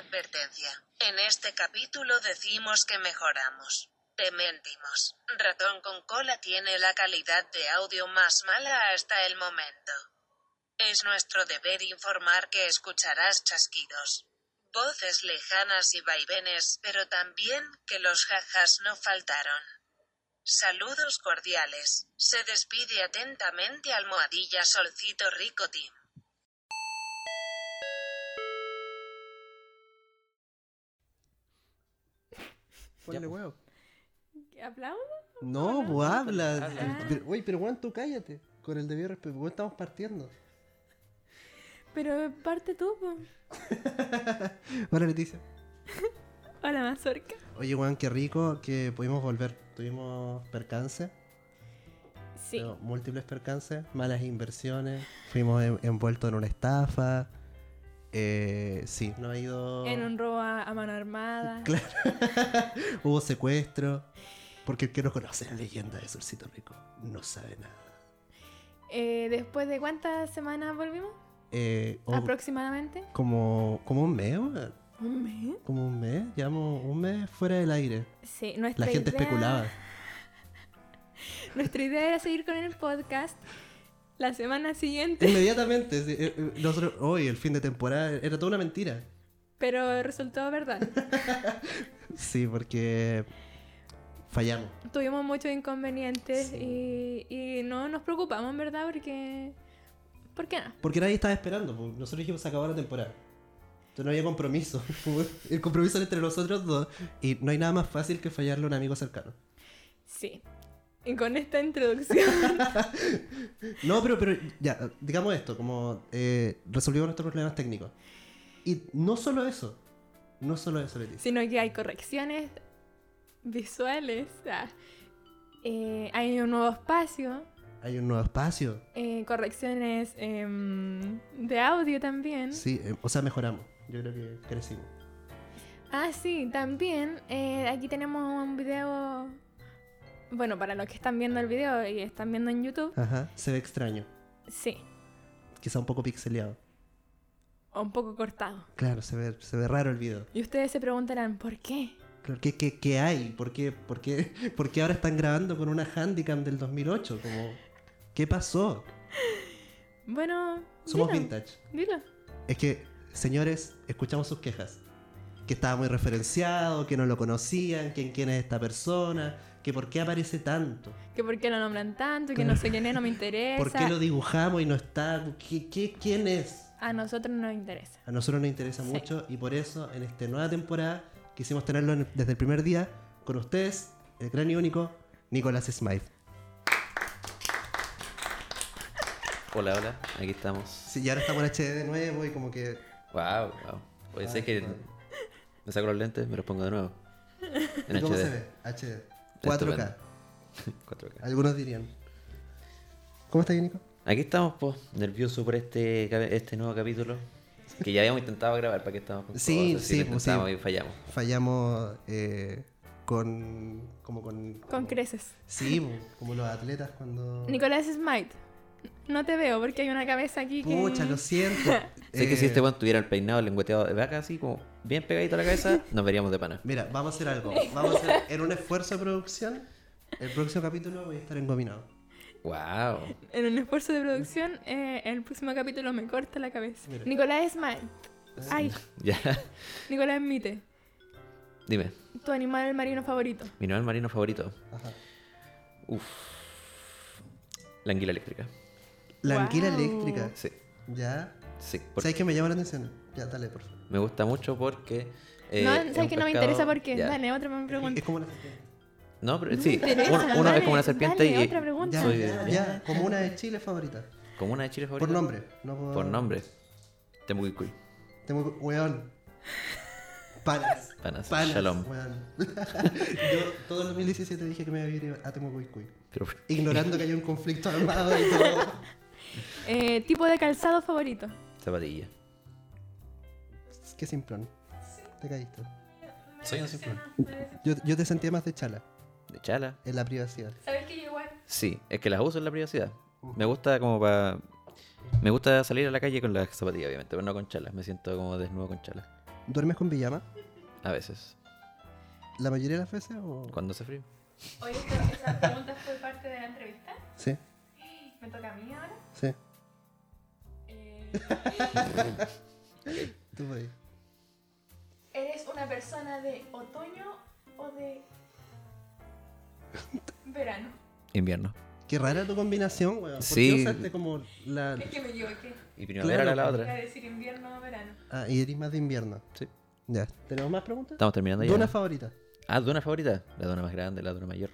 advertencia. En este capítulo decimos que mejoramos. Te mentimos. Ratón con cola tiene la calidad de audio más mala hasta el momento. Es nuestro deber informar que escucharás chasquidos, voces lejanas y vaivenes, pero también que los jajas no faltaron. Saludos cordiales. Se despide atentamente Almohadilla Solcito Rico Team. Ponle Ya, pues. huevo. ¿Aplaudo? No, no, pues no, habla. habla. Pero- Güey, pero Juan, tú cállate. Con el debido respeto. Weón, estamos partiendo. Pero parte tú, po. Hola, Leticia. Hola, mazorca. Oye, Juan, qué rico que pudimos volver. Tuvimos percances, Sí. pero múltiples percances, malas inversiones. Fuimos en- envueltos en una estafa. Eh, sí, no ha ido. En un robo a, a mano armada. Claro. Hubo secuestro. Porque el que no conoce la leyenda de Solcito Rico no sabe nada. Eh, ¿Después de cuántas semanas volvimos? Eh, o- Aproximadamente. como, como un mes, weón. ¿Un mes? como un mes, llevamos un mes fuera del aire. Sí, nuestra La gente idea- especulaba. Nuestra idea era seguir con el podcast la semana Eh. siguiente, Inmediatamente, sí, eh, eh, nosotros, hoy, el fin de temporada, era toda una mentira. pero resultó verdad. Sí, porque fallamos. Tuvimos muchos inconvenientes Sí. y, y no nos preocupamos, en verdad, porque... ¿Por qué no? Porque nadie estaba esperando, pues, nosotros dijimos se acabó la temporada. Entonces no había compromiso. pues, El compromiso era entre nosotros dos. Y no hay nada más fácil que fallarle a un amigo cercano. Sí. Y con esta introducción... No, pero, pero ya, digamos esto, como eh, resolvimos nuestros problemas técnicos. Y no solo eso, no solo eso, Leticia. sino que hay correcciones visuales, ah, eh, hay un nuevo espacio, Hay un nuevo espacio. eh, correcciones em, de audio también. Sí, eh, o sea, mejoramos. Yo creo que crecimos. Ah, sí, también eh, aquí tenemos un video, bueno, para los que están viendo el video y están viendo en YouTube, Ajá, se ve extraño. sí, Quizá un poco pixeleado. un poco cortado. Claro, se ve, se ve raro el video. Y ustedes se preguntarán, ¿por qué? Claro, ¿qué, qué, qué hay? ¿Por qué, por, qué, por qué ahora están grabando con una Handycam del 2008? Como, ¿Qué pasó? Bueno, Somos dilo, vintage. dilo. Es que, señores, escuchamos sus quejas. Que estaba muy referenciado, que no lo conocían, que quién es esta persona, que por qué aparece tanto, Que por qué lo nombran tanto, que no sé quién es, no me interesa. por qué lo dibujamos y no está, ¿Qué, qué, quién es. A nosotros no nos interesa. A nosotros nos interesa Sí. mucho y por eso en esta nueva temporada quisimos tenerlo en- desde el primer día con ustedes, el gran y único Nicolás Smythe. Hola, hola, aquí estamos. Sí, y ahora estamos en HD de nuevo y como que... Wow, wow. Oye, Ah, sé que vale. me saco los lentes, me los pongo de nuevo. En ¿Y ¿Cómo HD. se ve? HD. 4K. 4K. Algunos dirían. ¿Cómo está ahí, Nico? Aquí estamos, po, nervioso por este, cabe- este nuevo capítulo. Que ya habíamos intentado grabar, ¿para qué estamos con Sí, cosas? sí, lo pues, sí. intentamos y fallamos. Fallamos eh, con... Como con... Con como- creces. Sí, como los atletas cuando... Nicolás Smite, no te veo porque hay una cabeza aquí que... Pucha, lo siento. Sé Eh, que si este weón tuviera el peinado lengüeteado de vaca, así como bien pegadito a la cabeza, nos veríamos de pana. Mira, vamos a hacer algo. Vamos a hacer, en un esfuerzo de producción, el próximo capítulo voy a estar engominado. Wow. En un esfuerzo de producción, eh, el próximo capítulo me corta la cabeza. Mira. Nicolás Smite. Ay, Ya, Nicolás Mite, dime, tu animal marino favorito. mi animal marino favorito. Ajá. Uf. La anguila eléctrica. La Guau. anguila eléctrica. Sí, Ya. sí. porque- ¿Sabes qué me llama la atención? Ya, dale, por favor. Me gusta mucho porque. eh, no, es un sabes que no me pescado- interesa por qué. Ya. Dale, otra me Es pregunta. como una No, pero No sí, me interesa, uno, uno dale, es como una serpiente dale, y. otra pregunta. Ya, soy- ya, ya, como una de Chile favorita. Como una de Chile favorita. Por nombre. No por, Por nombre. Temuquicui. Tengo weón. Panas. Panas. Panas. Shalom. weón. Yo todo el 2017 dije que me iba a ir a Temucuicuy. Pero- Ignorando que hay un conflicto armado y todo. Eh, tipo de calzado favorito. Zapatilla. Qué simplón. Te caíste. Soy un simple. Yo, yo te sentía más de chala De chala. en la privacidad. Sabes que yo igual. Sí, es que las uso en la privacidad. Me gusta como para. Me gusta salir a la calle con las zapatillas, obviamente, pero no con chalas. Me siento como desnudo con chalas. ¿Duermes con pijama? A veces. ¿La mayoría de las veces o...? Cuando hace frío. Oye, esa pregunta fue parte de la entrevista. Sí, Me toca a mí ahora. sí. Eh, Tú puedes. ¿Eres una persona de otoño o de verano? Invierno. Qué rara tu combinación, weón. ¿Por Sí. qué usaste como la... Es que me equivoqué. Y primavera Claro. era la Iba a otra. decir invierno o verano. Ah, y eres más de invierno. Sí. Ya. ¿Tenemos más preguntas? Estamos terminando ya. ¿Dona favorita? Ah, dona favorita. La dona más grande, la dona mayor.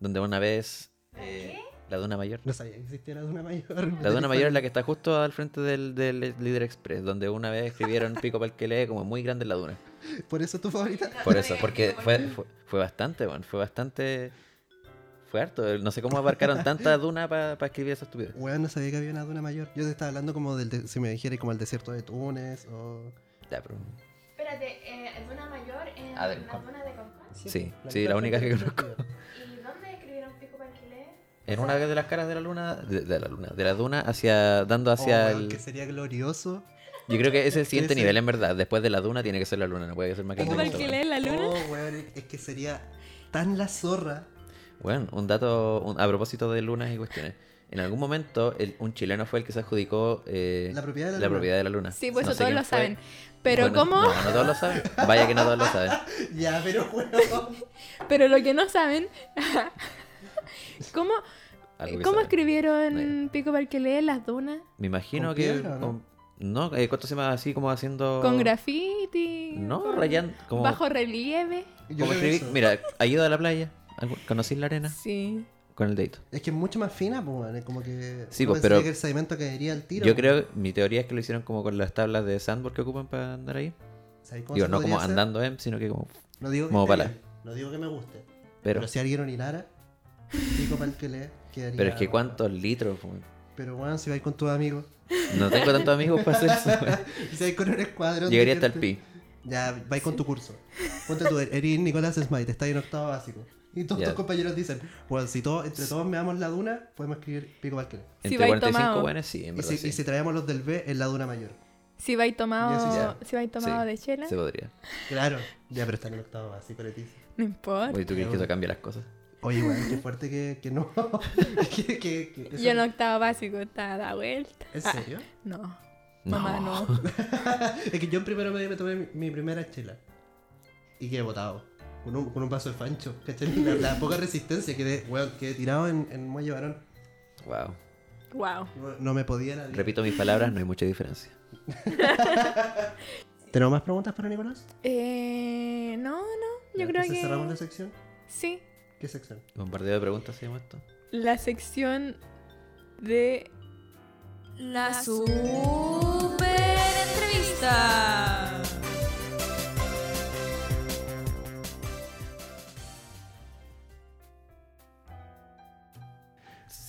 Donde una vez. eh, la dona mayor. No sabía que existiera dona mayor. La dona mayor es la que está justo al frente del, del Líder Express, donde una vez escribieron Pico para el que lee como muy grande en la duna. ¿Por eso es tu favorita? Por eso, porque fue, fue, fue bastante, bueno, fue bastante. Fue harto. No sé cómo abarcaron tanta duna para escribir esa estupidez. Weón, no sabía que había una dona mayor. Yo te estaba hablando como del... de- si me dijera como el desierto de Túnez o... Ya, pero- Espérate, eh, duna mayor en Ah, del la Concón. duna de Concón. Sí, sí, la única que conozco. ¿Y dónde escribieron Pico Panquilé? En una de las caras de la luna, de, de la luna, de la duna, hacia, dando Hacia hacia el... Oh, Que sería glorioso. Yo creo que es el siguiente Ese- nivel, en verdad. Después de la duna tiene que ser la luna, no puede ser más grande ¿Pico que eso, Panquilé en la luna? Oh, weón, es que sería tan la zorra. Bueno, un dato un- a propósito de lunas y cuestiones. En algún momento el- un chileno fue el que se adjudicó eh, La propiedad de la la luna. propiedad de la luna. Sí, pues No eso sé todos quién lo fue. saben. Pero Bueno, cómo, No, no todos lo saben. Vaya que no todos lo saben. Ya, pero weón. pero lo que no saben, ¿cómo, Algo que ¿cómo saben. escribieron Pico Panquilé en las dunas? Me imagino ¿Con que... piedra, no? con- no, eh, ¿cuánto se llama así como haciendo... ¿Con graffiti? Oh. No, ¿Con rayando... Como, ¿Bajo relieve? Yo como creo escribí- eso. Mira, ayuda a la playa. Algo- ¿Conocís la arena? Sí. Con el dedito. Es que es mucho más fina, pues, weón. Es como que. Sí, uno pensaría pues, pero- que el sedimento caería al tiro. Yo creo, mi teoría es que lo hicieron como con las tablas de sandboard que ocupan para andar ahí. ¿Sabes cómo Digo, se no como podría hacer? andando en, sino que como. No digo que como esté para- bien, No digo que me guste. Pero, Pero, si alguien orinara, pico para el que le quedaría. pero es que cuántos litros, weón. Pero weón, si vais con tus amigos. No tengo tantos amigos para hacer eso. weón. y Si vais con un escuadrón. Llegaría de hasta el gente- pi. Ya, vais con tu curso. Ponte tú, eres Nicolás Smite, estás en octavo básico. Y todos Ya. tus compañeros dicen, bueno, si todos, entre todos me damos la duna, podemos escribir pico para el que le. Si Entre vais 45 tomado. buenos, sí, en Y verdad. si, sí. y si traemos los del B, es la duna mayor. Si vais Ya, tomado, sí, si vais tomado Sí, de chela, Se podría. Claro. Ya, pero están en octavo básico, Leticia. no importa. Oye, ¿tú crees que eso cambia las cosas? Oye, weón, qué fuerte que, que no. que, que, que- Yo en octavo básico estaba da vuelta. ¿En Ah, serio? no, No. mamá no. es que yo en primero medio me tomé mi, mi primera chela. Y quedé botado. Con un, con un vaso de fancho. ¿Cachai? La, la poca resistencia quedé, weón, quedé tirado en, en muelle varón. Wow. Wow. No, no me podía la vida. Repito mis palabras, no hay mucha diferencia. ¿Tenemos más preguntas para Nicolás? Eh, no, no, yo Ya, creo entonces cerramos la que... sección. Sí, ¿Qué sección? Bombardeo de preguntas se llama esto. la sección de... La super entrevista.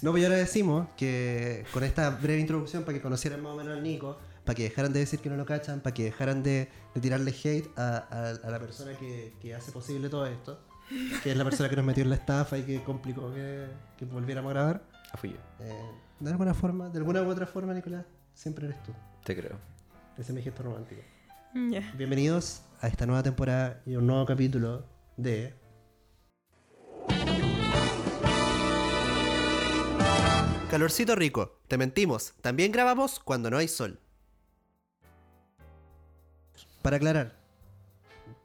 No, pues ya ahora decimos que con esta breve introducción para que conocieran más o menos al Nico, para que dejaran de decir que no lo cachan, para que dejaran de, de tirarle hate a, a- a la persona que, que hace posible todo esto, que es la persona que nos metió en la estafa y que complicó que, que volviéramos a grabar. Ah, fui yo. Eh, de alguna forma, de alguna u otra forma, Nicolás, siempre eres tú. Te creo. Ese es mi gesto romántico. Ya. Bienvenidos a esta nueva temporada y un nuevo capítulo de... Calorcito rico, te mentimos, también grabamos cuando no hay sol. Para aclarar,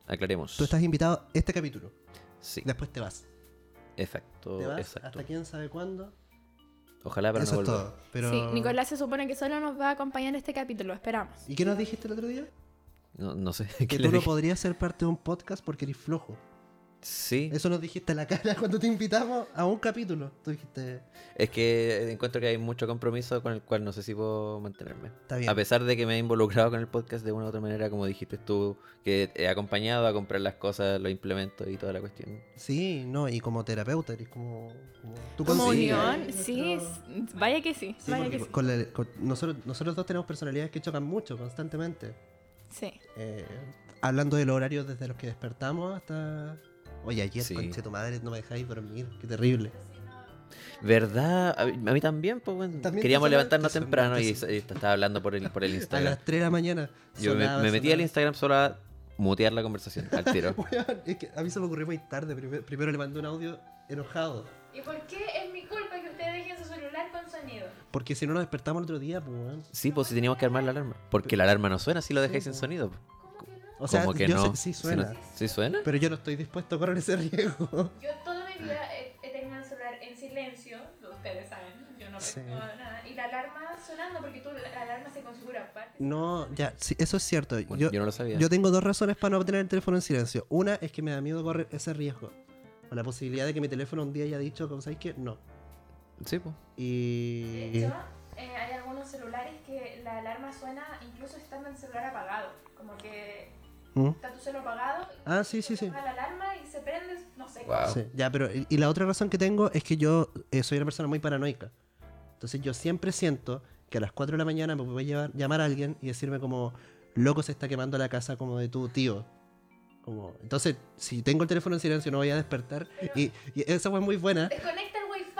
Aclaremos. tú estás invitado este capítulo, Sí. después te vas. Exacto. Te vas Oh, Exacto. hasta quién sabe cuándo. Ojalá para Eso no es volver. todo. Pero... Sí, Nicolás se supone que solo nos va a acompañar este capítulo, esperamos. ¿Y qué nos dijiste el otro día? No, no sé. Que ¿Qué tú le no dije? podrías ser parte de un podcast porque eres flojo. Sí. Eso nos dijiste a la cara cuando te invitamos a un capítulo. Tú dijiste, Es que encuentro que hay mucho compromiso con el cual no sé si puedo mantenerme. está bien. A pesar de que me he involucrado con el podcast de una u otra manera, como dijiste tú, que he acompañado a comprar las cosas, los implementos y toda la cuestión. Sí, no, y como terapeuta eres como... como tú Como Sí. consigues unión, nuestro- sí, s- vaya que sí, Pues Sí, vaya porque que sí. con la- con- nosotros, nosotros dos tenemos personalidades que chocan mucho constantemente. Sí. Eh, hablando de los horarios desde los que despertamos hasta... Oye, ayer, Sí. conche tu madre, no me dejáis dormir, qué terrible. ¿Verdad? A mí, a mí también, pues, bueno, También queríamos te levantarnos sonaste, temprano y, sonaste. y te estaba hablando por el, por el A Instagram. las 3 de la mañana. Yo me, sonaba, me metí al sonaba. Instagram solo a mutear la conversación al tiro. Weón, es que a mí se me ocurrió muy tarde. Primero, primero le mandé un audio enojado. ¿Y por qué es mi culpa que ustedes dejen su celular con sonido? Porque si no nos despertamos el otro día, pues, weón. Sí, pues si teníamos que armar la alarma. Porque la alarma no suena si lo dejáis sin sonido. ¿Cómo que no? pues. O sea, Como que yo no. sé- sí Si suena. no- ¿Sí suena? Pero yo no estoy dispuesto a correr ese riesgo. Yo toda mi vida he, he tenido el celular en silencio, lo ustedes saben, yo no Sí. tengo nada. Y la alarma sonando, porque tú, la alarma se configura aparte. No, ya, sí, eso es cierto. Bueno, yo, yo, no lo sabía. yo tengo dos razones para no obtener el teléfono en silencio. Una es que me da miedo correr ese riesgo. O la posibilidad de que mi teléfono un día haya dicho, como sabéis que no. Sí, pues. De Y. hecho, eh, hay algunos celulares que la alarma suena incluso estando el celular apagado. Como que ¿Mm? está tu celular apagado. y Ah, sí, sí, se sí. apaga la alarma y se prende, no sé. Wow. Sí, ya, pero y y la otra razón que tengo es que yo eh, soy una persona muy paranoica. Entonces yo siempre siento que a las 4 de la mañana me puede llevar- llamar a alguien y decirme como, loco se está quemando la casa como de tu tío. Como, entonces, si tengo el teléfono en silencio no voy a despertar. Y, y esa fue muy buena. Desconecta el wifi.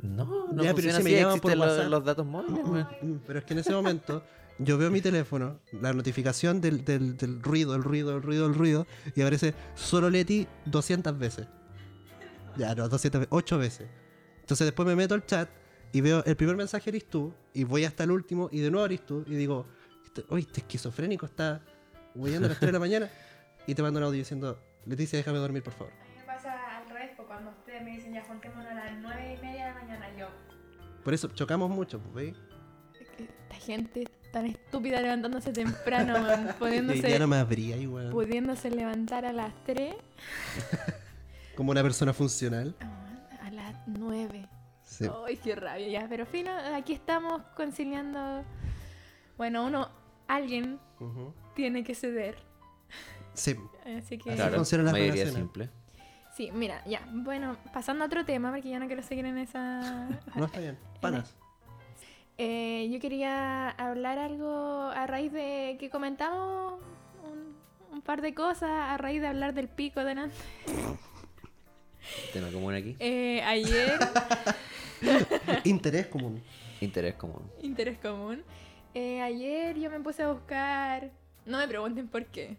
No, no Ya, pero funciona si me así, llaman por existen los- WhatsApp. Mm. los datos móviles, weón. Pero es que en ese momento yo veo mi teléfono, la notificación del, del- del ruido, el ruido, el ruido, el ruido, y aparece solo Leti 200 veces. Ya, no, 200 veces, 8 veces. Entonces después me meto al chat y veo el primer mensaje eres tú, y voy hasta el último, y de nuevo eres tú, y digo, este- oye, este esquizofrénico está huyendo a las 3 de la mañana, y te mando un audio diciendo, Leticia, déjame dormir, por favor. A mí me pasa al revés, pues, cuando ustedes me dicen ya juntémonos a las nueve y media de la mañana, yo. Por eso chocamos mucho, pues, ¿veis? Esta gente tan estúpida levantándose temprano, weón, Y pudiéndose, ya no me abría, y weón, pudiéndose levantar a las 3, como una persona funcional. a las 9. Sí. Ay, qué rabia ya, pero fino, aquí estamos conciliando. Bueno, uno, alguien Ujú. tiene que ceder, Sí. así que... Así funcionan las mayoría relaciones. simple. Sí, mira, ya, bueno, pasando a otro tema, porque ya no quiero seguir en esa... No está bien. Panas. Eh, yo quería hablar algo a raíz de que comentamos un, un par de cosas, a raíz de hablar del pico delante. Tema común aquí. Eh, ayer, Interés común. Interés común. interés común. Eh, ayer yo me puse a buscar, no me pregunten por qué,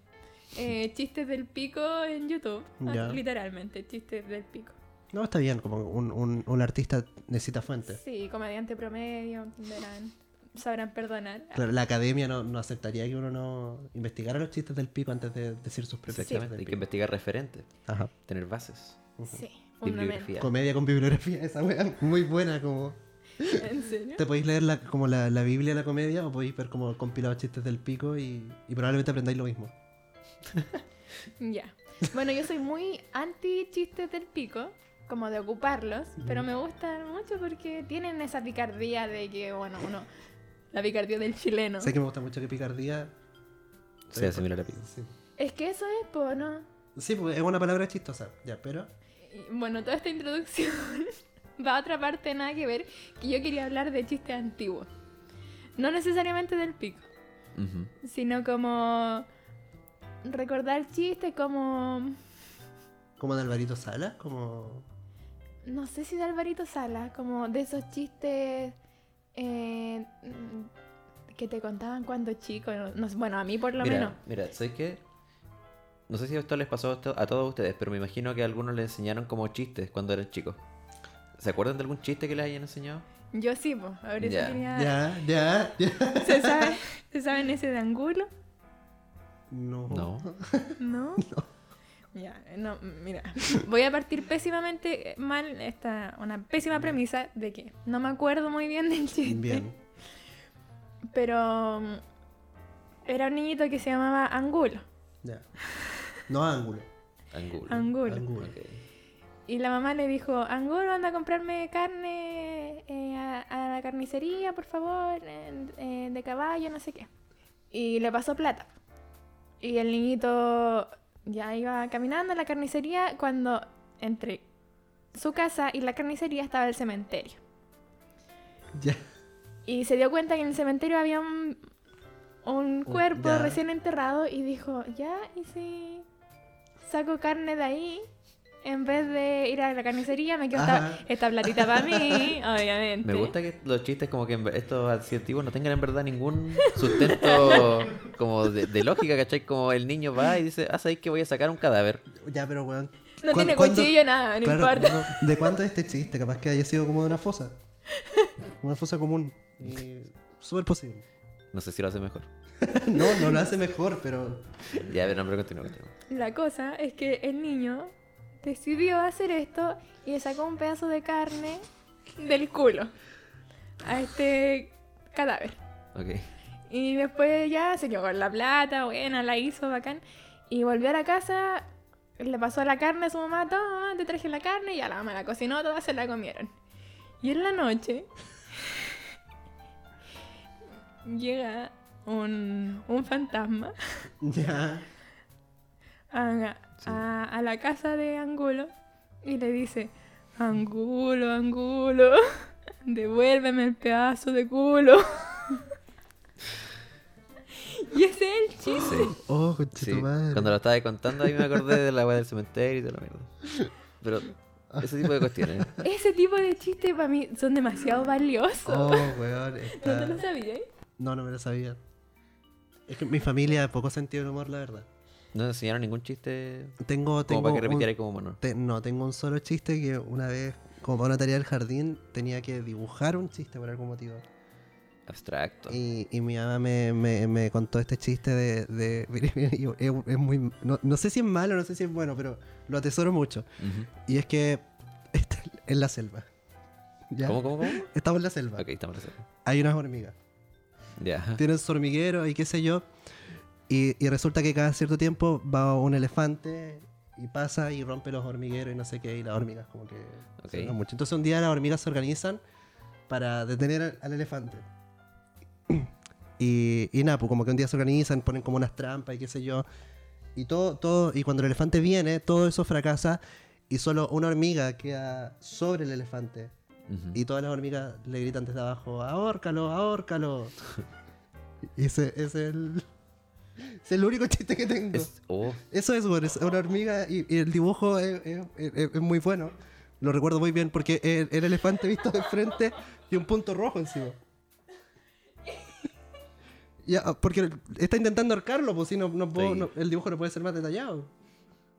eh, chistes del pico en YouTube. Ah, Ya. Literalmente, chistes del pico. No, está bien, como un, un, un artista necesita fuente. Sí, comediante promedio, verán, sabrán perdonar. Claro, la academia no, no aceptaría que uno no investigara los chistes del pico antes de decir sus propios chistes Exactamente. del Hay que pico. investigar referentes, Ajá. tener bases, Sí, fundamental. bibliografía. Comedia con bibliografía, esa wea. Muy buena, como. ¿En serio? Te podéis leer la, como la, la Biblia de la comedia o podéis ver como compilados chistes del pico y, y probablemente aprendáis lo mismo. Ya. Bueno, yo soy muy anti chistes del pico, como de ocuparlos, pero me gustan mucho porque tienen esa picardía de que, bueno, uno. La picardía del chileno. Sé que me gusta mucho que picardía. Se asimila la pico. Sí. Es que eso es, po, ¿no? Sí, pues es una palabra chistosa, ya, pero. Y, Bueno, toda esta introducción va a otra parte, nada que ver, que yo quería hablar de chistes antiguos. No necesariamente del pico, Ujú. sino como. Recordar chistes como. Como de Alvarito Sala, como. No sé si de Alvarito Sala, como de esos chistes eh, mm, que te contaban cuando chico. no- no sé, bueno, a mí por lo mira, menos. Mira, ¿sabes qué? No sé si esto les pasó a to- a todos ustedes, pero me imagino que a algunos les enseñaron como chistes cuando eran chicos. ¿Se acuerdan de algún chiste que les hayan enseñado? Yo sí, pues, ahorita Ya. quería- Ya, ya, ya. ¿Se, sabe, ¿Se saben ese de Angulo? No. No. ¿No? Ya, no, mira. Voy a partir pésimamente mal esta, una pésima premisa de que no me acuerdo muy bien del chiste. Bien. Pero mm, era un niñito que se llamaba Angulo. Ya. No ángulo. Angulo. Angulo. Angulo. Ok. Y la mamá le dijo, Angulo, anda a comprarme carne eh, a, a la carnicería, por favor, eh, eh, de caballo, no sé qué. Y le pasó plata. Y el niñito ya iba caminando a la carnicería cuando entre su casa y la carnicería estaba el cementerio. Ya. Y se dio cuenta que en el cementerio había un, un cuerpo Oh, ya. recién enterrado y dijo, ya, ¿y si saco carne de ahí? en vez de ir a la carnicería, me quedo Ajá. esta, esta platita para mí, obviamente. Me gusta que los chistes como que en ver- estos adjetivos no tengan en verdad ningún sustento como de, de lógica, ¿cachai? Como el niño va y dice, ah, ¿sabéis que voy a sacar un cadáver? Ya, pero weón. No ¿cuán- tiene cuándo- cuchillo, nada, no Claro, importa. no- ¿De cuánto es este chiste? Capaz que haya sido como de una fosa. Una fosa común. Eh, Y Súper posible. No sé si lo hace mejor. No, no lo hace mejor, pero. Ya, a ver, no, pero continúa, continúa. La cosa es que el niño decidió hacer esto y le sacó un pedazo de carne del culo a este cadáver. Ok. Y después ya se quedó con la plata, buena, la hizo, bacán. Y volvió a la casa, le pasó la carne a su mamá, toma, te traje la carne, y ya la mamá la cocinó, todas se la comieron. Y en la noche llega un, un fantasma Ya. a, a- a la casa de Angulo y le dice, Angulo, Angulo, devuélveme el pedazo de culo. y ese es el chiste. Sí, Oh, conche sí. tu madre. Cuando lo estaba contando ahí me acordé de la weá del cementerio y de la mierda. Ah. Pero ese tipo de cuestiones. Ese tipo de chistes para mí son demasiado valiosos. Ah. Oh, weón. ¿No te Está... lo sabías? No, no me lo sabía. Es que mi familia poco sentido del humor, la verdad. No nos enseñaron ningún chiste Tengo, como tengo para que un- repitiera ahí como mono. te- no, tengo un solo chiste que una vez, como para una tarea del jardín, tenía que dibujar un chiste por algún motivo. Abstracto. Y, y mi mamá me, me- me contó este chiste de... de- mire, mire, yo- es, es muy, no, no sé si es malo, no sé si es bueno, pero lo atesoro mucho. Ujú. Y es que está en la selva. ¿Ya? ¿Cómo, cómo, cómo? Estamos en la selva. Ok, estamos reservados. Hay unas hormigas. Ya. Tienen su hormiguero y qué sé yo. Y, y resulta que cada cierto tiempo va un elefante y pasa y rompe los hormigueros y no sé qué. Y las hormigas como que... Ok. se enojan mucho. Entonces un día las hormigas se organizan para detener al, al elefante. Y, y nada, pues como que un día se organizan, ponen como unas trampas y qué sé yo. Y todo, todo, y cuando el elefante viene, todo eso fracasa y solo una hormiga queda sobre el elefante. Ujú. Y todas las hormigas le gritan desde abajo, ahórcalo, ahórcalo. y ese ese es el... Es el único chiste que tengo. Es- oh, Eso es, bueno, es una hormiga y, y el dibujo es, es- es- es muy bueno. Lo recuerdo muy bien porque el, el elefante visto de frente y un punto rojo encima. Ya, ah, porque está intentando ahorcarlo, pues si no, no puedo- Sí. no- el dibujo no puede ser más detallado.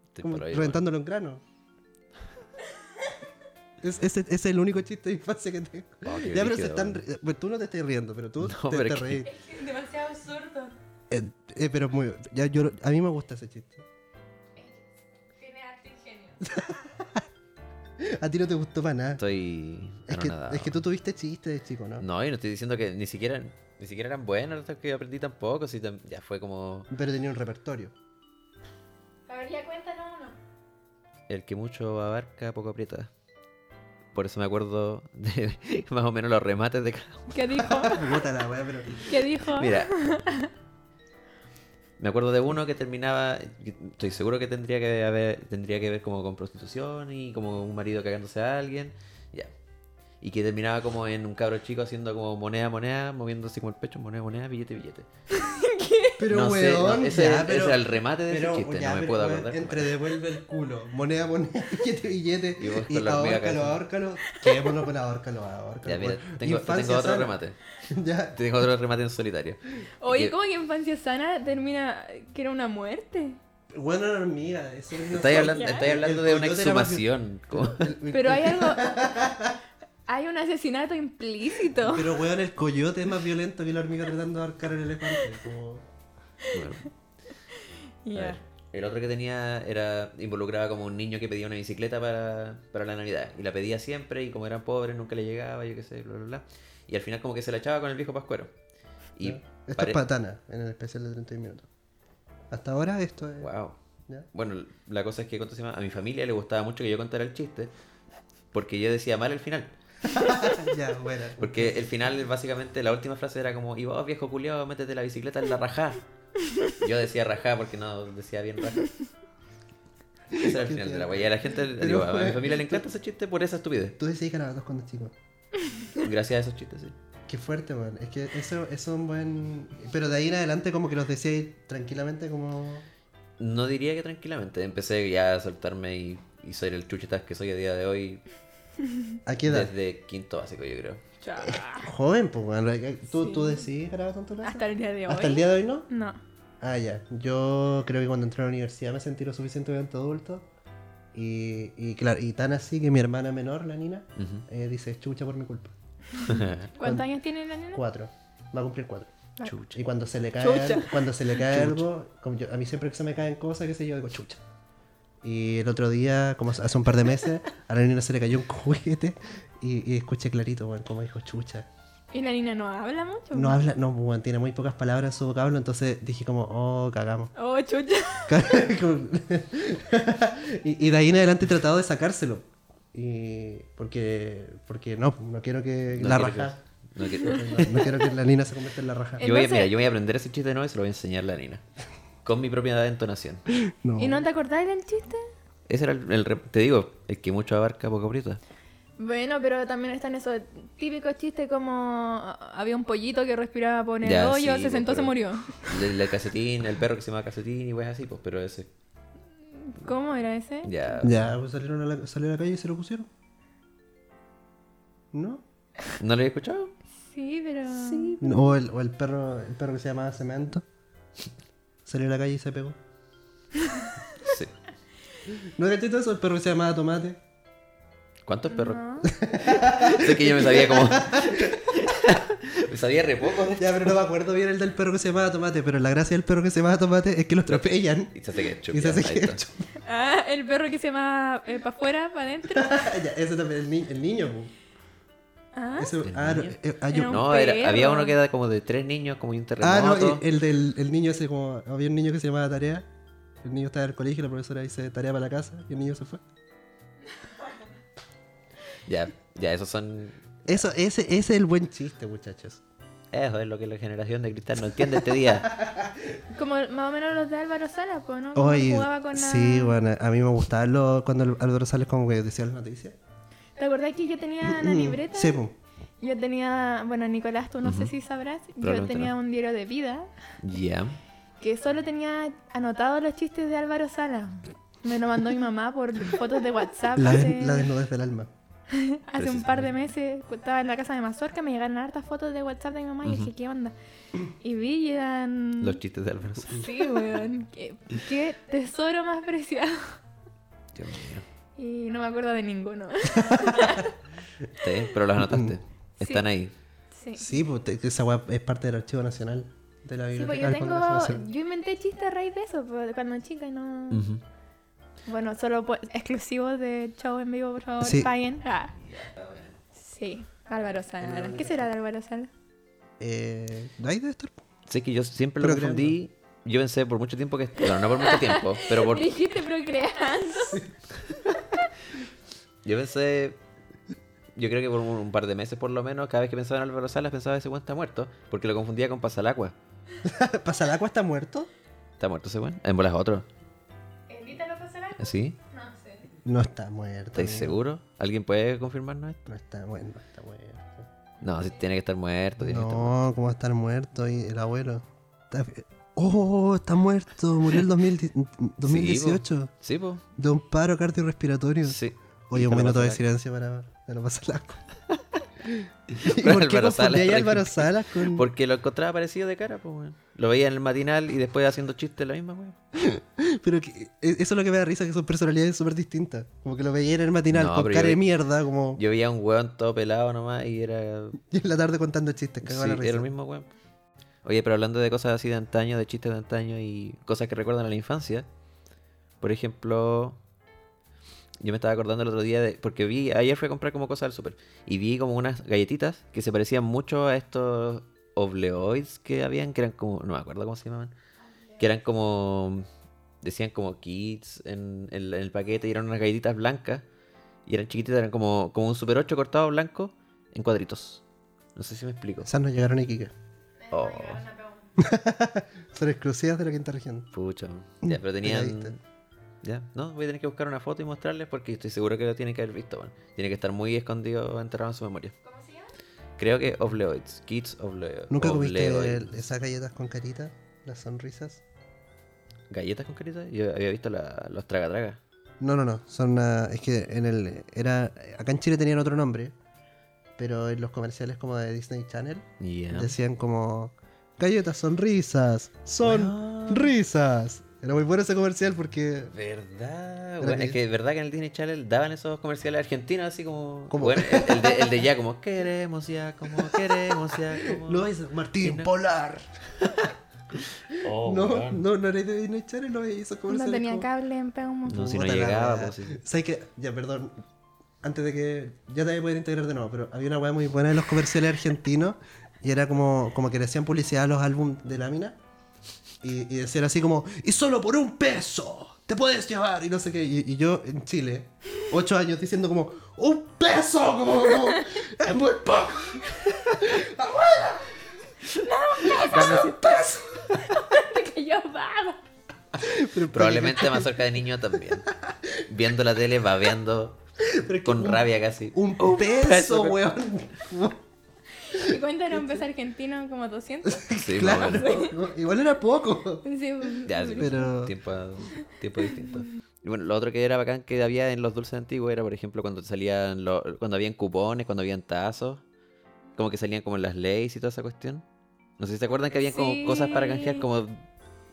estoy como por ahí, reventándolo en grano. Es, ese- ese es el único chiste de infancia que tengo. Oh, qué ya, pero se brígido, están. bueno. ri- Pues tú no te estás riendo, pero tú No, te, pero te que- reís. Demasiado absurdo. Eh, eh, pero muy. Ya, yo, a mí me gusta ese chiste. Tiene arte ingenio. A ti no te gustó para nada. Estoy. Es que, anonadado. es que tú tuviste chistes de chico, ¿no? No, yo no estoy diciendo que ni siquiera, ni siquiera eran buenos los que aprendí tampoco. Si tam- ya fue como Pero tenía un repertorio. A ver, ya cuéntanos uno. el que mucho abarca, poco aprieta. Por eso me acuerdo de más o menos los remates de cada ¿Qué dijo? Puta la wea, pero. ¿Qué dijo? Mira. Me acuerdo de uno que terminaba, que estoy seguro que tendría que haber, tendría que ver como con prostitución y como un marido cagándose a alguien, ya. Y que terminaba como en un cabro chico haciendo como moneda, moneda, moviéndose como el pecho, moneda, moneda, billete, billete. Pero no sé, no, weón, ese, ya, ese pero- era el remate de pero, ese chiste, ya, no me pero, puedo weón, acordar. cómo Entre era. devuelve el culo, moneda, moneda, billete, billete. Y vos con Y la hormiga ahórcalo, cabeza. ahórcalo. Quedémonos con ahórcalo, ahórcalo. Ya, mira, weón. tengo, Infancia tengo otro sana. remate. Ya. Tengo otro remate en solitario. Oye, Que- ¿cómo que infancia sana termina que era una muerte? Bueno, una hormiga. Eso es Estáis hablando, estáis hablando de una exhumación exhumación. como- Pero hay algo. Hay un asesinato implícito. Pero weón, el coyote es más violento que la hormiga tratando de ahorcar al elefante. Como... Bueno. Ya. A ver, el otro que tenía era involucraba como un niño que pedía una bicicleta para, para la Navidad. Y la pedía siempre y como eran pobres nunca le llegaba, yo qué sé, bla, bla, bla. Y al final como que se la echaba con el viejo Pascuero. Y Esto pare- es patana en el especial de 31 minutos. Hasta ahora esto es. Wow. ¿Ya? Bueno, la cosa es que ¿cuánto se llama? a mi familia le gustaba mucho que yo contara el chiste porque yo decía mal el final. ya, bueno. Porque el final, básicamente, la última frase era como, y vos, viejo culiao, métete la bicicleta en la rajá. Yo decía rajá porque no decía bien rajá. Ese era el final de la wea. Y a la gente, Pero digo, a fue- mi familia le encanta ese chiste por esa estupidez. Tú decís carabatos cuando chico. Gracias a esos chistes, sí. Qué fuerte, weón. Es que eso, eso es un buen. Pero de ahí en adelante, como que los decíais tranquilamente, como. No diría que tranquilamente, empecé ya a soltarme y y ser el chuchetas que soy a día de hoy ¿A qué edad? desde quinto básico, yo creo. Chao. Joven, pues, weón. ¿Tú, ¿Tú decidís grabar tanto rato? Hasta el día de hoy. ¿Hasta el día de hoy no? No. Ah, ya. Yo creo que cuando entré a la universidad me sentí lo suficientemente adulto. Y, y claro, y tan así que mi hermana menor, la Nina, Ujú. eh, dice chucha por mi culpa. ¿Cuántos años tiene la nena? Cuatro. Va a cumplir cuatro. Chucha. Y cuando se le cae, Chucha. al- cuando se le cae algo, como yo- a mí siempre que se me caen cosas, qué sé yo, digo chucha. Y el otro día, como hace un par de meses, a la niña se le cayó un juguete y, y escuché clarito, bueno, como dijo chucha. Y la niña no habla mucho. No habla, no, bueno, tiene muy pocas palabras en su vocablo, entonces dije como, oh, cagamos. Oh, chucha. Como- y, y de ahí en adelante he tratado de sacárselo. Y porque, porque no, no quiero que No la quiero que- raja. no quiero- No, no quiero que la niña se convierta en la raja. yo, voy a, Entonces- mira, yo voy a aprender ese chiste de nuevo y se lo voy a enseñar a la Nina. Con mi propia entonación. No. ¿Y no te acordás del chiste? Ese era el, el re- te digo, el que mucho abarca, poco aprieta. Bueno, pero también están esos típicos chistes como ah, había un pollito que respiraba por el Ya, hoyo, sí, se pues, sentó, se pero- murió. El, el casetín, el perro que se llama casetín y weas así, pues, pero ese. ¿Cómo era ese? Ya. Ya, pues salieron a la, salieron a la calle y se lo pusieron. ¿No? ¿No lo había escuchado? Sí, pero. O el, o el perro, el perro que se llamaba Cemento. Salió a la calle y se pegó. Sí. ¿No cachito eso? El perro que se llamaba Tomate. ¿Cuántos perros? sé que yo me sabía como. me sabía re poco de Ya, pero no me acuerdo bien el del perro que se llamaba Tomate, pero la gracia del perro que se llamaba Tomate es que lo atropellan. Y se hace ketchup. Y se ya, hace ahí está. ketchup. Ah, el perro que se llama para afuera, para adentro. ya, ese también, el, ni- el niño. po. Ah, Ese- ¿El ah, no, niño? eh, hay un- Era un No, era- perro. había uno que era como de tres niños, como un terremoto. ah, no, el, el del el niño ese como... Había un niño que se llamaba Tarea. El niño estaba en el colegio, la profesora dice Tarea para la casa y el niño se fue. Ya, ya, esos son. Eso, ese, ese es el buen chiste, muchachos. Eso es lo que la generación de cristal no entiende este día. Como más o menos los de Álvaro Sala, pues, ¿no? Como Oye, jugaba con la- sí, bueno, a mí me gustaba lo- cuando el- Álvaro Sales como que decía las noticias. ¿Te acordás que yo tenía Ah, la libreta? Mm, Sí, po. Yo tenía, bueno, Nicolás, tú no sé si sabrás, yo Probablemente tenía no. un diario de vida Ya. que solo tenía anotados los chistes de Álvaro Sala. Me lo mandó mi mamá por fotos de WhatsApp la, hace, la desnudez del alma. hace un par de meses. Estaba en la casa de Mazorca, me llegaron hartas fotos de WhatsApp de mi mamá y dije, ¿qué onda? Y vi y eran... Los chistes de Álvaro. Sala. Sí, weón, qué, qué tesoro más preciado. Dios mío. Y no me acuerdo de ninguno. Está bien, pero los anotaste. Están ahí. Sí. Sí, pues te- esa weá es parte del Archivo Nacional de la Sí, Biblioteca pues yo del tengo. Congreso Nacional. Yo inventé chistes a raíz de eso, pues, cuando chica y no. Ujú. Bueno, solo pues, exclusivos de show en vivo, por favor, Sí. paguen. Ah. Sí, Álvaro Sala. ¿Qué será de Álvaro Sala? Eh, ¿no hay de estar? Sé que yo siempre lo Pero confundí. Yo pensé por mucho tiempo que. Bueno, no por mucho tiempo, pero por. Dijiste procreando. Yo pensé, yo creo que por un, un par de meses por lo menos, cada vez que pensaba en Álvaro Salas pensaba ese weón está muerto, porque lo confundía con Pasalacua. ¿Pasalacua está muerto? ¿Está muerto ese weón? En bolas otro. ¿Evítalo pasará? ¿Sí? No sé. No está muerto. ¿Estáis amigo. seguro? ¿Alguien puede confirmarnos esto? No está muerto, no está muerto. No, sí, tiene que estar muerto. este tiene que estar muerto. No, ¿cómo va a estar muerto? Y el abuelo. Está- Oh, está muerto. Murió en 2000 2018 Sí, po. de un paro cardiorrespiratorio. Sí. Oye, Está un minuto de Pasalacua. silencio para, para Pasalacua. ¿Y Pero por qué Álvaro Salas, confundí a por Álvaro ejemplo. Salas con...? Porque lo encontraba parecido de cara, pues, weón. Lo veía en el matinal y después haciendo chistes la misma, weón. Pero que- e- eso es lo que me da risa, que son personalidades súper distintas. Como que lo veía en el matinal No, con pero cara yo- de mierda, como... Yo veía a un weón todo pelado nomás y era Y en la tarde contando chistes, cagaba Sí, la risa. era el mismo weón. Oye, pero hablando de cosas así de antaño, de chistes de antaño y cosas que recuerdan a la infancia. Por ejemplo, yo me estaba acordando el otro día de. Porque vi. Ayer fui a comprar como cosas al súper. Y vi como unas galletitas que se parecían mucho a estos obleoids que habían, que eran como. No me acuerdo cómo se llamaban. Que eran como. Decían como kids en, en- en el paquete y eran unas galletitas blancas. Y eran chiquititas, eran como, como un super 8 cortado blanco en cuadritos. No sé si me explico. Esas no llegaron a Iquique. Oh, Son exclusivas de la quinta región. pucha. Ya, pero Mm. viste. tenían. Ya, no, voy a tener que buscar una foto y mostrarles porque estoy seguro que lo tienen que haber visto. bueno. Tiene que estar muy escondido, enterrado en su memoria. ¿Cómo se llama? Creo que Obleoids, Kids Obleoids. ¿Nunca comiste Obleoids. el- esas galletas con carita? Las sonrisas. galletas con caritas? Yo había visto la- los tragatragas. No, no, no. Son ah, es que en el era acá en Chile tenían otro nombre, pero en los comerciales como de Disney Channel Ya. decían como galletas sonrisas, son risas. Era muy bueno ese comercial porque ¿Verdad? Pero Bueno, es que- que es verdad que en el Disney Channel daban esos comerciales argentinos así como... Como- Bueno, el, el de, el de ya como queremos ya, como queremos ya, como... lo es Martín Disney- Polar. Oh, no, weón. no, no era de Disney Channel, no veía esos No comerciales. tenía como- cable en Peumo. No, si no Puta la llegaba, wea. pues, sí. ¿Sabes qué? Ya, perdón. Antes de que. Ya te voy a poder integrar de nuevo, pero había una weá muy buena en los comerciales argentinos. Y era como, como que le hacían publicidad a los álbumes de lámina. Y, y decían así como: ¡Y solo por un peso! ¡Te puedes llevar! Y no sé qué. Y, y yo en Chile, ocho años, diciendo como: ¡Un peso! Como, como, ¡Es muy poco! ¡Abuela! ¡No, un peso! que yo vago. Pero- Probablemente más cerca de niño también. Viendo la tele, babeando pero es que con un- rabia casi. Un, peso, peso, weón. weón. Y cuentan a un peso argentino como 200. Sí, más o claro, menos. no, igual era poco. Sí, Ya, sí, Pero- tiempo, tiempo distinto. Y bueno, lo otro que era bacán que había en los dulces antiguos era, por ejemplo, cuando salían lo- cuando habían cupones, cuando habían tazos, como que salían como las leyes y toda esa cuestión. No sé si se acuerdan que habían como cosas para canjear, Sí. como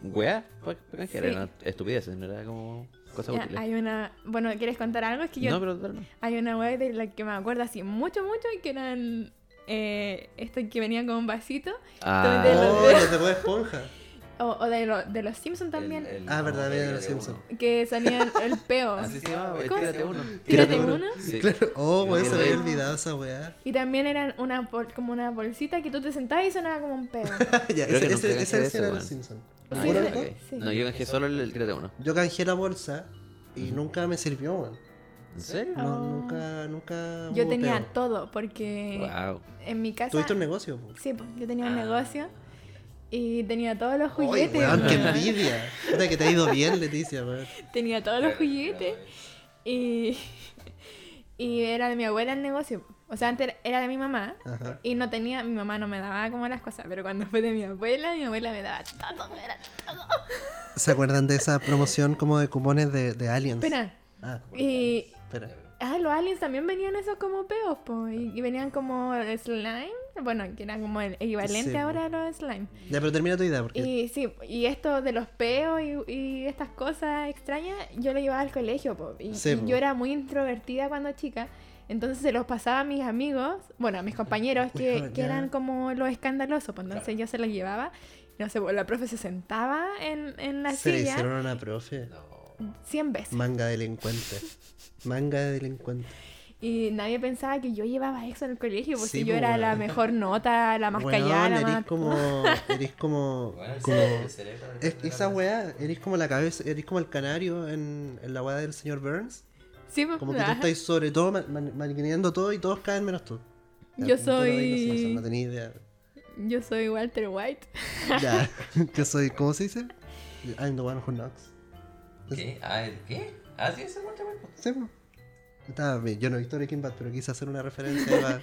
weá, para canjear, Sí. eran estupideces, no era como cosas Ya, útiles. hay una. Bueno, ¿quieres contar algo? Es que yo. No, pero tal vez. Hay una web de la que me acuerdo así mucho, mucho, que eran. Eh, esto que venían con un vasito. Ah, de los- Oh, los de Bob Esponja. O, o de, lo- de los Simpsons también. el- el- Ah, verdad, había de el- los el- Simpsons. Que salían el peo. Así se llamaba, ¿Cómo tírate se- uno. Tírate uno. Sí. Claro. Oh, Sí, weón, se me había sí. olvidado esa weá. Y también eran una bol- como una bolsita que tú te sentabas y sonaba como un peo. ya, Creo que ese, nunca ese, canjeé esa eso, escena de weón. Simpson. Ah, Sí, ya, sí, ¿Recuerdan ok. sí. No, yo canjeé solo el, el tírate uno. todo? Yo canjeé la bolsa y nunca me sirvió, weón. ¿En serio? No, Oh. nunca, nunca. Yo hubo tenía peo. todo, porque Wow. en mi casa. Tuviste un negocio, po? Sí, pues, yo tenía un negocio y tenía todos los juguetes. Ah. Ay, weón, qué weón. envidia. Puta que te ha ido bien, Leticia, weón. Tenía todos los juguetes y, y era de mi abuela el negocio. O sea, antes era de mi mamá Ajá. y no tenía, mi mamá no me daba como las cosas, pero cuando fue de mi abuela, mi abuela me daba todo. me era- ¿Se acuerdan de esa promoción como de cupones de, de Aliens? Espera, Ah, y espera. ah, los aliens también venían esos como peos, po, y, y venían como slime, bueno, que era como el Sí, equivalente po. ahora a los slime. Ya, pero termina tu idea, porque. Y sí, y esto de los peos y, y estas cosas extrañas, yo lo llevaba al colegio, po, y, Sí, y po. yo era muy introvertida cuando chica, entonces se los pasaba a mis amigos, bueno, a mis compañeros, Ujú, que, que ya. eran como los escandalosos, pues entonces yo se los llevaba, no sé, po, la profe se sentaba en, en la se le silla hicieron a una profe. 100 veces, Manga delincuente. Manga de delincuente. y nadie pensaba que yo llevaba eso en el colegio, porque Sí, yo po, era la weón. mejor nota, la más Weón, callada, la eres más... como. Eres como. como- es- esa weá, eres como la cabeza, eres como el canario en, en la weá del señor Burns. Sí, po, Como que tú ajá. estás sobre todo ma- ma- malcriando todo y todos caen menos tú. Yo tú no veis los soy- Simpsons, No tenía idea. yo soy Walter White. Ya, yo soy. ¿Cómo se dice? I'm the one who knocks. Pues ¿Qué? Ah, ¿el ¿qué? Ah, sí, ese muerto, muerto. Sí, po. Estaba bien, yo no he visto Breaking Bad, pero quise hacer una referencia. pa-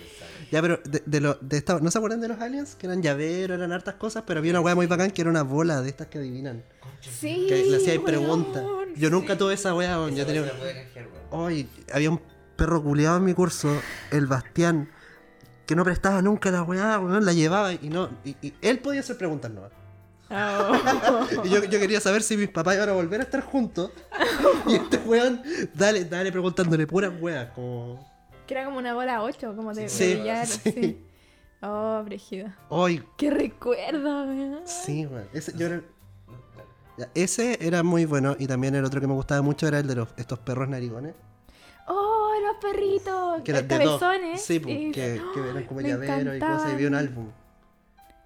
Ya, pero de, de, lo- de esta- ¿no se acuerdan de los aliens? Que eran llavero, eran hartas cosas, pero había una weá muy bacán que era una bola de estas que adivinan. Sí, Que le hacía ahí weón, preguntas. Yo nunca sí. tuve esa weá, weón. Yo tenía. Ay, había un perro culeado en mi curso, el Bastián, que no prestaba nunca la weá, weón. La llevaba y no. Y, y él podía hacer preguntas nomás. Ah, oh. Y yo, yo quería saber si mis papás iban a volver a estar juntos. Y este weón, dale, dale preguntándole puras weas, como. Que era como una bola 8, como de, Sí, de billar. sí. Sí. Oh, brígido. Ay, Qué recuerdo, weón. Sí, weón. Ese, yo era- Ya, ese era muy bueno y también el otro que me gustaba mucho era el de los, estos perros narigones. Oh, los perritos. Que eran de dos. cabezones. Sí, po, y- "Oh". que, que eran como me llavero y cosas y encantaban. vi un álbum.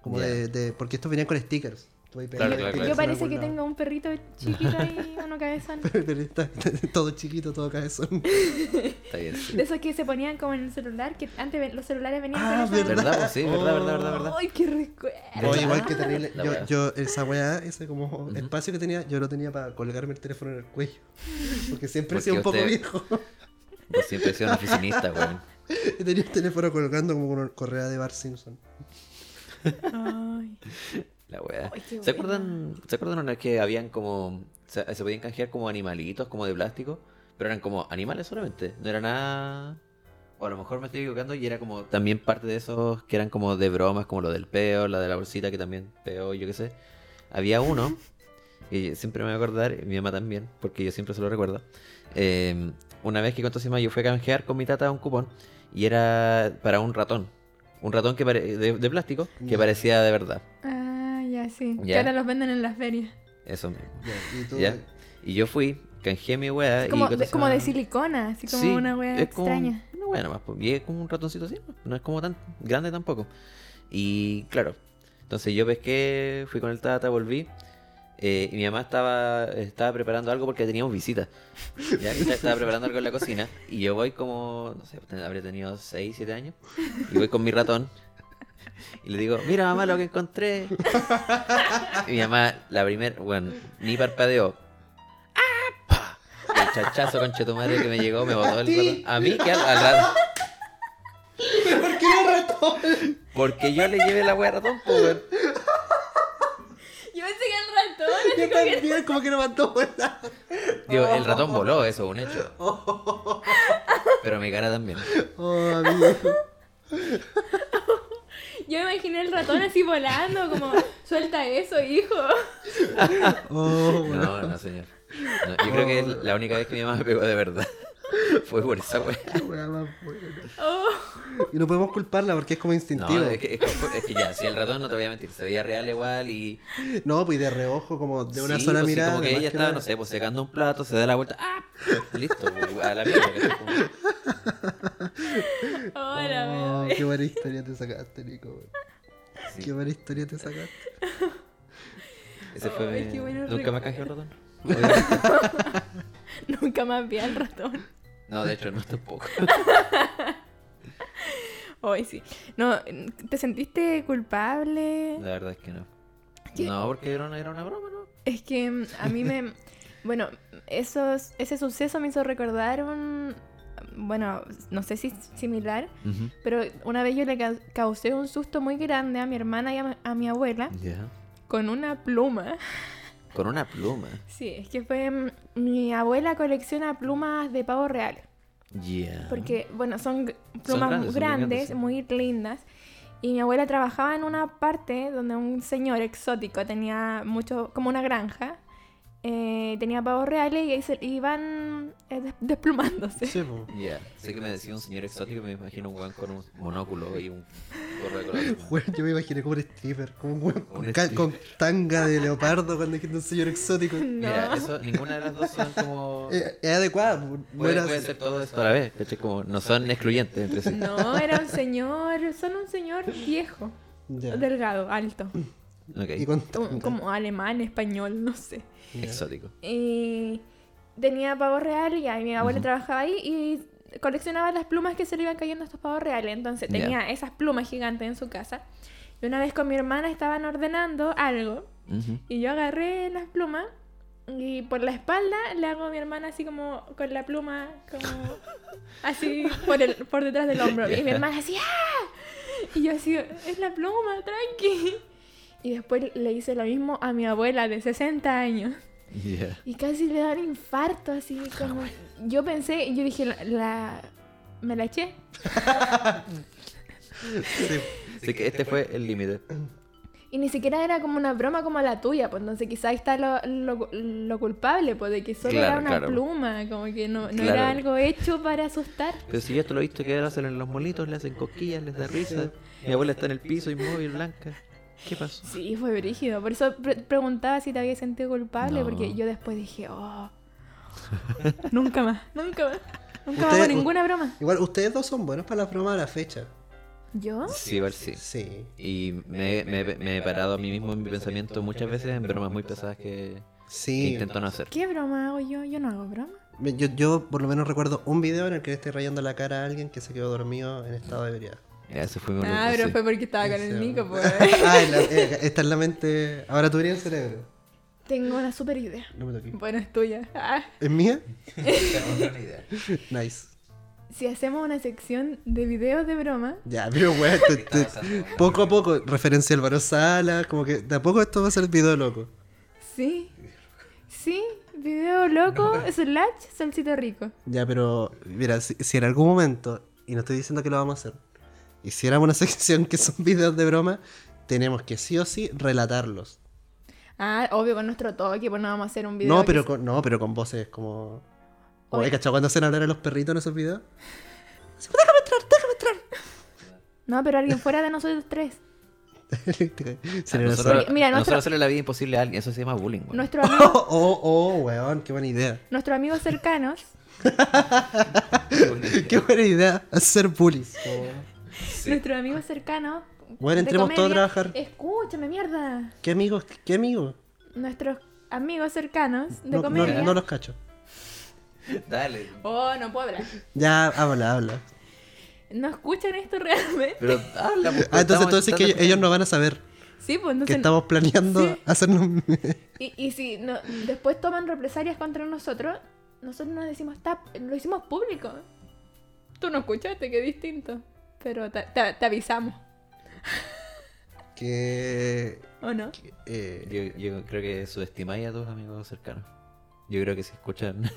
Como Ya. de, de- Porque estos venían con stickers. Tú ahí pegabas Claro, claro, claro. Yo stickers en parece algún que lado. tengo un perrito chiquito y uno cabezón. Pero está- está todo chiquito, todo cabezón. Está bien, sí. De esos que se ponían como en el celular, que antes ve- los celulares venían Ah, con eso. ¿verdad? ¿Verdad? Pues sí, verdad, verdad, verdad, verdad. Ay, qué recuerdo. No, ¿Verdad? igual que terrible. La Yo, wea. yo esa weá, ese como espacio que tenía, yo lo tenía para colgarme el teléfono en el cuello. Porque siempre he sido un poco Porque usted- viejo. Yo siempre he sido un oficinista, weón. Y tenía el teléfono colgando como una correa de Bart Simpson. Ay. La weá. Ay, qué ¿Se acuerdan, ¿Se acuerdan una vez que habían como. Se, se podían canjear como animalitos, como de plástico? Pero eran como animales solamente, no era nada... O a lo mejor me estoy equivocando y era como también parte de esos que eran como de bromas, como lo del peo, la de la bolsita que también peo, yo qué sé. Había uno, y siempre me voy a acordar, y mi mamá también, porque yo siempre se lo recuerdo. Eh, una vez que contó Sima, yo fui a canjear con mi tata un cupón y era para un ratón. Un ratón que pare- de, de plástico que Ya. parecía de verdad. Ah, ya sí. Que Ya. ahora los venden en las ferias. Eso mismo. Ya, y tú- Ya. Y yo fui, canjeé mi weá. y Como Coto de, Sima- como de silicona, así como Sí, una wea es como extraña. Una wea nomás. pues, Y es como un ratoncito así. ¿no? No es como tan grande tampoco. Y claro. Entonces yo pesqué, fui con el tata, volví. eh, y mi mamá estaba, estaba preparando algo porque teníamos visitas. Ya ya estaba preparando algo en la cocina. Y yo voy como, no sé, habría tenido 6, 7 años. Y voy con mi ratón. Y le digo, mira mamá lo que encontré. Y mi mamá, la primera, bueno, ni parpadeó. ¡Ah! ¡Pah! El chachazo con chetumare que me llegó, me botó el ratón. A mí que al, al ratón. ¿Por qué no ratón? Porque yo le llevé la wea al ratón, pues, weón. Yo pensé que el ratón. Yo también, como que no mató nada. Digo, el ratón voló, eso es un hecho. Pero mi cara también. Oh, amigo. Yo me imaginé el ratón así volando, como suelta eso, hijo. Oh, bueno. No, no, señor. No, yo creo que es la única vez que mi mamá me pegó de verdad. Fue por esa wea. Qué weá más buena. Oh. Y no podemos culparla porque es como No, instintivo. No, es que, es que- es que ya, si el ratón no te voy a mentir, se veía real igual y. pues y de reojo, como de una Sí, sola pues sí, mirada. Como que más ella que estaba, nada. no sé, pues secando un plato, se da la vuelta. ¡Ah! Listo, pues, a la mierda. que es como- Hola, Oh, weón. qué buena historia te sacaste, Nico. weón. Sí. Qué buena historia te sacaste. Ese fue. Ay, mi- qué bueno Nunca me recuerdo. canjeé un ratón. Oh. Nunca más vi al ratón. No, de hecho, no tampoco. Hoy sí. No, ¿te sentiste culpable? La verdad es que no. ¿Qué? No, porque era una, era una broma, ¿no? Es que mm, a mí me... bueno, esos, ese suceso me hizo recordar un... Bueno, no sé si es similar, pero una vez yo le ca- causé un susto muy grande a mi hermana y a, mi- a mi abuela Ya. con una pluma. Con una pluma. Sí, es que fue... mm, Mi abuela colecciona plumas de pavo real. Ya. Porque, bueno, son gr- plumas grandes, grandes, Ah. son muy grandes, sí. muy lindas. Y mi abuela trabajaba en una parte donde un señor exótico tenía mucho, como una granja, eh, tenía pavos reales y ahí se iban eh, des- desplumándose. Sí, po. Ya. Sé que me decía un señor exótico y me imagino un weón con un monóculo y un gorro de color. Weón, yo me imaginé como un stripper, como un weón con, Un ca- stripper. con tanga de leopardo cuando dijiste un señor exótico. Mira, eso, ninguna de las dos son como. Eh, es adecuada, po. no Puede, era puede así. ser todo esto a la vez, ¿cachai? Como no son excluyentes entre sí. No, era un señor, solo un señor viejo, Ya. delgado, alto, Ok. Y con como, tanga. como alemán, español, no sé. Ya. Exótico. Y tenía pavos reales y ahí mi abuela Ujú. trabajaba ahí y coleccionaba las plumas que se le iban cayendo a estos pavos reales. Entonces Ya. tenía esas plumas gigantes en su casa. Y una vez con mi hermana estaban ordenando algo Ujú. y yo agarré las plumas y por la espalda le hago a mi hermana así como con la pluma, como así por, el, por detrás del hombro. Y mi Ya. hermana así, ¡ah! Y yo así, es la pluma, tranqui. Y después le hice lo mismo a mi abuela de 60 años. Ya. Y casi le dan infarto, así como... Yo pensé, yo dije, la... la- me la eché. Sí. Así que este fue el límite. Y ni siquiera era como una broma como la tuya, pues entonces quizá ahí está lo, lo, lo culpable, pues de que solo Claro, era una claro. pluma, como que no, no era Claro. algo hecho para asustar. Pero si ya esto lo viste que ahora salen los molitos, le hacen cosquillas, les da risa. Mi abuela está en el piso inmóvil, blanca. ¿Qué pasó? Sí, fue brígido. Por eso pre- preguntaba si te había sentido culpable, No. porque yo después dije, oh... nunca más, nunca más. Nunca más Ustedes- hago ninguna broma. Igual, ustedes dos son buenos para las bromas a la fecha. ¿Yo? Sí, igual sí. Sí. Y me, me- me he parado a mí mismo en mi pensamiento muchas veces en bromas muy pesadas que, que Sí. intento no hacer. ¿Qué broma hago yo? Yo no hago broma. Me- Yo, yo por lo menos recuerdo un video en el que le estoy rayando la cara a alguien que se quedó dormido en estado de ebriedad. Ya, ese fue mi Ah, pero pues sí. fue porque estaba con Sí. el Nico, pues. Ah, en la- eh, está en la mente. Ahora tú el cerebro. Tengo una super idea. No me toqué. Bueno, es tuya. Ah. ¿Es mía? Nice. Si hacemos una sección de videos de broma, Ya, pero weón, te- te- poco a poco, referencia al Álvaro Sala, como que de a poco esto va a ser video loco. sí. Sí, Video loco, slash, salsita rico. Ya, pero mira, si, si en algún momento, y no estoy diciendo que lo vamos a hacer, hiciéramos una sección que son videos de broma, tenemos que sí o sí relatarlos. Ah, obvio, con nuestro toque, pues no vamos a hacer un video. No que pero, se- con, no, pero con voces como... Oye. Oye, ¿cachai? ¿Cuándo hacen hablar a los perritos en esos videos? No, pero alguien fuera de nosotros tres. Se le Nosotros- lanzó- Porque, mira, nosotros nuestro- hacerle la vida imposible a alguien, eso se llama bullying. weón. Nuestro amigo- Oh, oh, oh, weón, qué buena idea. nuestros amigos cercanos, Bullying. Qué buena idea hacer bullies. nuestros amigos cercanos. Bueno, de entremos todos a comedia- trabajar. Escúchame, mierda. ¿Qué amigos? ¿Qué amigos? Nuestros amigos cercanos de No, no- comedia. no los cacho. Dale. Oh, no puedo hablar. Ya, habla, habla. ¿No escuchan esto realmente? Pero habla. pues, Ah, entonces estamos- tú dices estamos que ellos, escuchando. ellos no van a saber Sí, pues que entonces. estamos planeando Sí. hacernos... un- Y, y si no- después toman represalias contra nosotros, nosotros nos decimos, "Ta- lo hicimos público. Tú no escuchaste, qué distinto. Pero ta- ta- te avisamos, que... ¿o no? eh, Yo, yo creo que subestimáis a tus amigos cercanos. Yo creo que si escuchan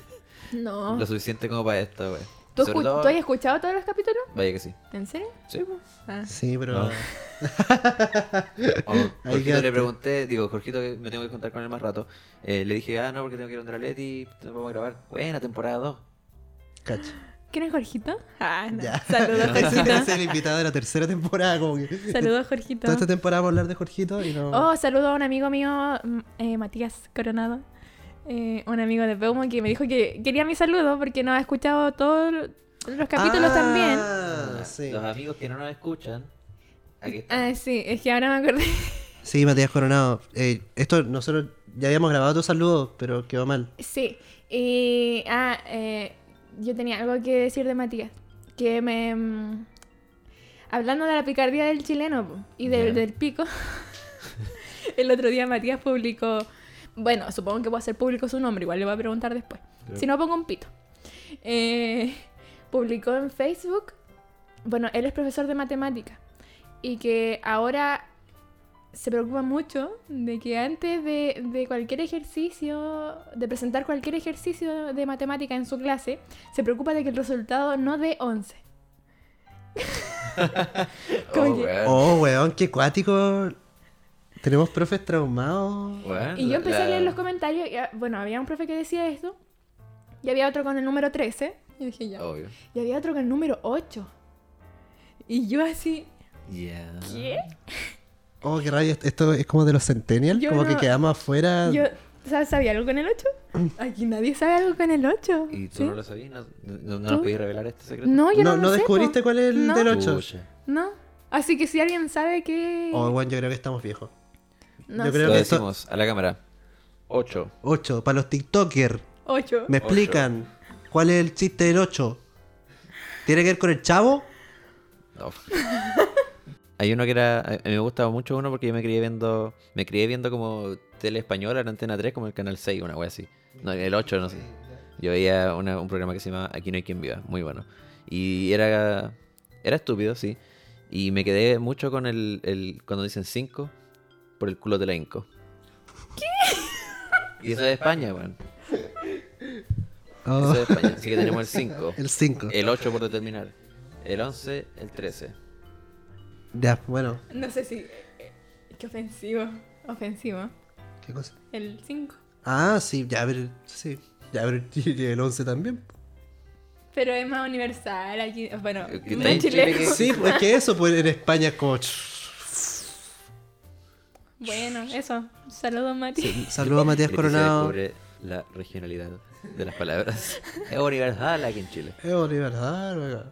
No. lo suficiente como para esto, wey. Ah. ¿Tú, Sobre escu- todo- ¿Tú has escuchado todos los capítulos? Vaya que sí. ¿En serio? Sí, pues. Ah. Sí, pero... No. O- Jorgito quedaste. le pregunté, digo, Jorgito, que me tengo que contar con él más rato. Eh, le dije, ah, no, porque tengo que ir a Andraletti, vamos a grabar. Buena temporada 2. Cacho. ¿Quién es Jorgito? Ah, no. Ya. Saludos, Ese Jorgito. es el invitado de la tercera temporada, como que... Saludos, Jorgito. Toda esta temporada vamos a hablar de Jorgito y no... Oh, saludo a un amigo mío, mm, eh, Matías Coronado. eh, un amigo de Beaumont que me dijo que quería mi saludo porque no ha escuchado todos los capítulos Ah, también. Sí. Los amigos que no nos escuchan, aquí están. Ah, sí, es que ahora me acordé. Sí, Matías Coronado. Eh, esto nosotros ya habíamos grabado tu saludo, pero quedó mal. Sí, y. Ah, eh, yo tenía algo que decir de Matías. Que me. mm, hablando de la picardía del chileno po, y del, Ya. del pico, el otro día Matías publicó. Bueno, supongo que voy a hacer público su nombre, igual le voy a preguntar después. Pero- Si no, pongo un pito. Eh, publicó en Facebook. Bueno, él es profesor de matemática. Y que ahora se preocupa mucho de que antes de, de cualquier ejercicio, de presentar cualquier ejercicio de matemática en su clase, se preocupa de que el resultado no dé 11. como que- weón. Oh, weón, qué cuático. Tenemos profes traumados. Weón, Y yo la- empecé la- a leer los comentarios, y, ah, bueno, había un profe que decía esto, y había otro con el número 13, y dije ya. Obvio. Y había otro con el número 8. Y yo así, Yeah. ¿qué? Oh, qué rabia. Esto es como de los Centennials, Yo como que no- quedamos afuera. Yo, ¿sabes- ¿sabía algo con el 8? Aquí nadie sabe algo con el 8. ¿Y tú ¿sí? no lo sabías? ¿No, no, no nos ¿Tú? podías revelar este secreto? No, yo no, no, lo no sé, po. descubriste cuál es el No. del 8. Pucha. No. Así que si alguien sabe que. Oh, weón, yo creo que estamos viejos. yo no sé. creo Lo que esto- decimos a la cámara. 8. 8, para los TikTokers. Ocho. ¿Me Ocho. explican cuál es el chiste del 8? ¿Tiene que ver con el chavo? No. Hay uno que era. A a mí me gustaba mucho uno porque yo me crié viendo. Me crié viendo como tele española en Antena 3, como el Canal 6, una wea así. No, el 8, no sé. Yo veía una- un programa que se llama Aquí no hay quien viva, muy bueno. Y era. Era estúpido, sí. Y me quedé mucho con el. el- cuando dicen 5, por el culo de la Inco. ¿Qué? Y eso es de España, weón. Eso Oh, es de España. Así que tenemos el 5. el 5. El 8 por determinar. El 11, el 13. Ya, bueno. No sé si. eh, Qué ofensivo. Ofensivo. ¿Qué cosa? El 5. Ah, sí, ya, pero. Sí. Ya, pero y el 11 también. Pero es más universal aquí. Bueno, Eh, que no está en en Chile chileno. que- Sí, pues es que eso, pues en España es como. Bueno, eso. Saludos, Mati. Saludos a Matías El que se Coronado. descubre la regionalidad de las palabras. es universal aquí en Chile. Es universal, weón.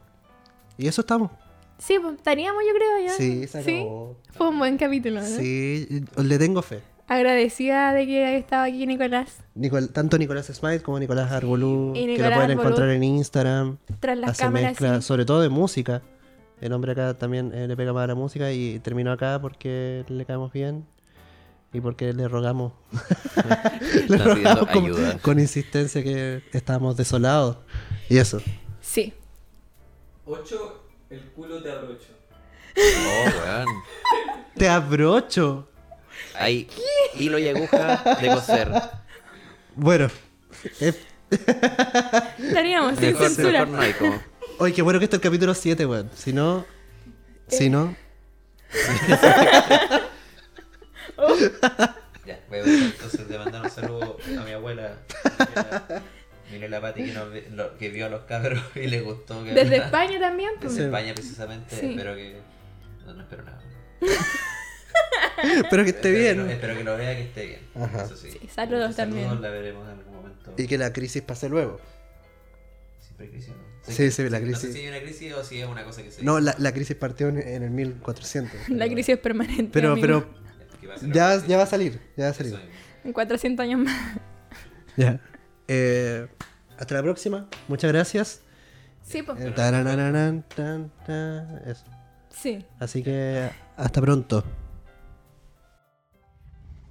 Y eso estamos. Sí, pues estaríamos, yo creo, ya. Sí, se acabó. Fue un buen capítulo, ¿no? Sí, le tengo fe. Agradecida de que haya estado aquí Nicolás Nicol- tanto Nicolás Smite como Nicolás Arbolú, Y que lo Nicolás pueden Arbolú. encontrar en Instagram. tras las hace cámaras. mezcla, sí. sobre todo de música. El hombre acá también eh, le pega más a la música y terminó acá porque le caemos bien y porque le rogamos. le Está pidiendo rogamos con, ayuda. con insistencia que estábamos desolados. Y eso. Sí. 8, el culo te abrocho. Oh, weón. ¡Te abrocho! Hay hilo y aguja de coser. Bueno, Eh, Estaríamos sin Mejor, censura. mejor no hay como. Oye, qué bueno que está el capítulo 7, weón. Si no. Eh. Si no. Ya, voy a buscar entonces de mandar un saludo a mi abuela. Mirela- Mirela Pati que, nos vi- lo- que vio a los cabros y le gustó. Que Desde España también, pues. Sí. Desde España precisamente, Sí. espero que... No, no espero nada. Espero que esté Espero que lo- bien. espero que lo vea que esté bien. Ajá. Eso sí. Sí, saludos también. la veremos en algún momento. Y que la crisis pase luego. Siempre hay crisis, ¿no? Sí, que- sí, la No sé crisis. si hay una crisis o si es una cosa que se... No, la, la crisis partió en, en el 1400. pero- La crisis es permanente. Pero, amigo. pero que va a ser ya, algo ya va a así. salir. Ya va a Eso salir. mismo. En 400 años más. Ya. Eh, hasta la próxima. Muchas gracias. Sí, pues. Eh, taranarán, tan, tan, eso. Sí. Así que hasta pronto.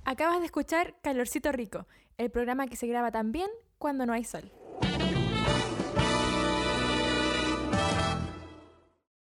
Acabas de escuchar Calorcito Rico, el programa que se graba también cuando no hay sol.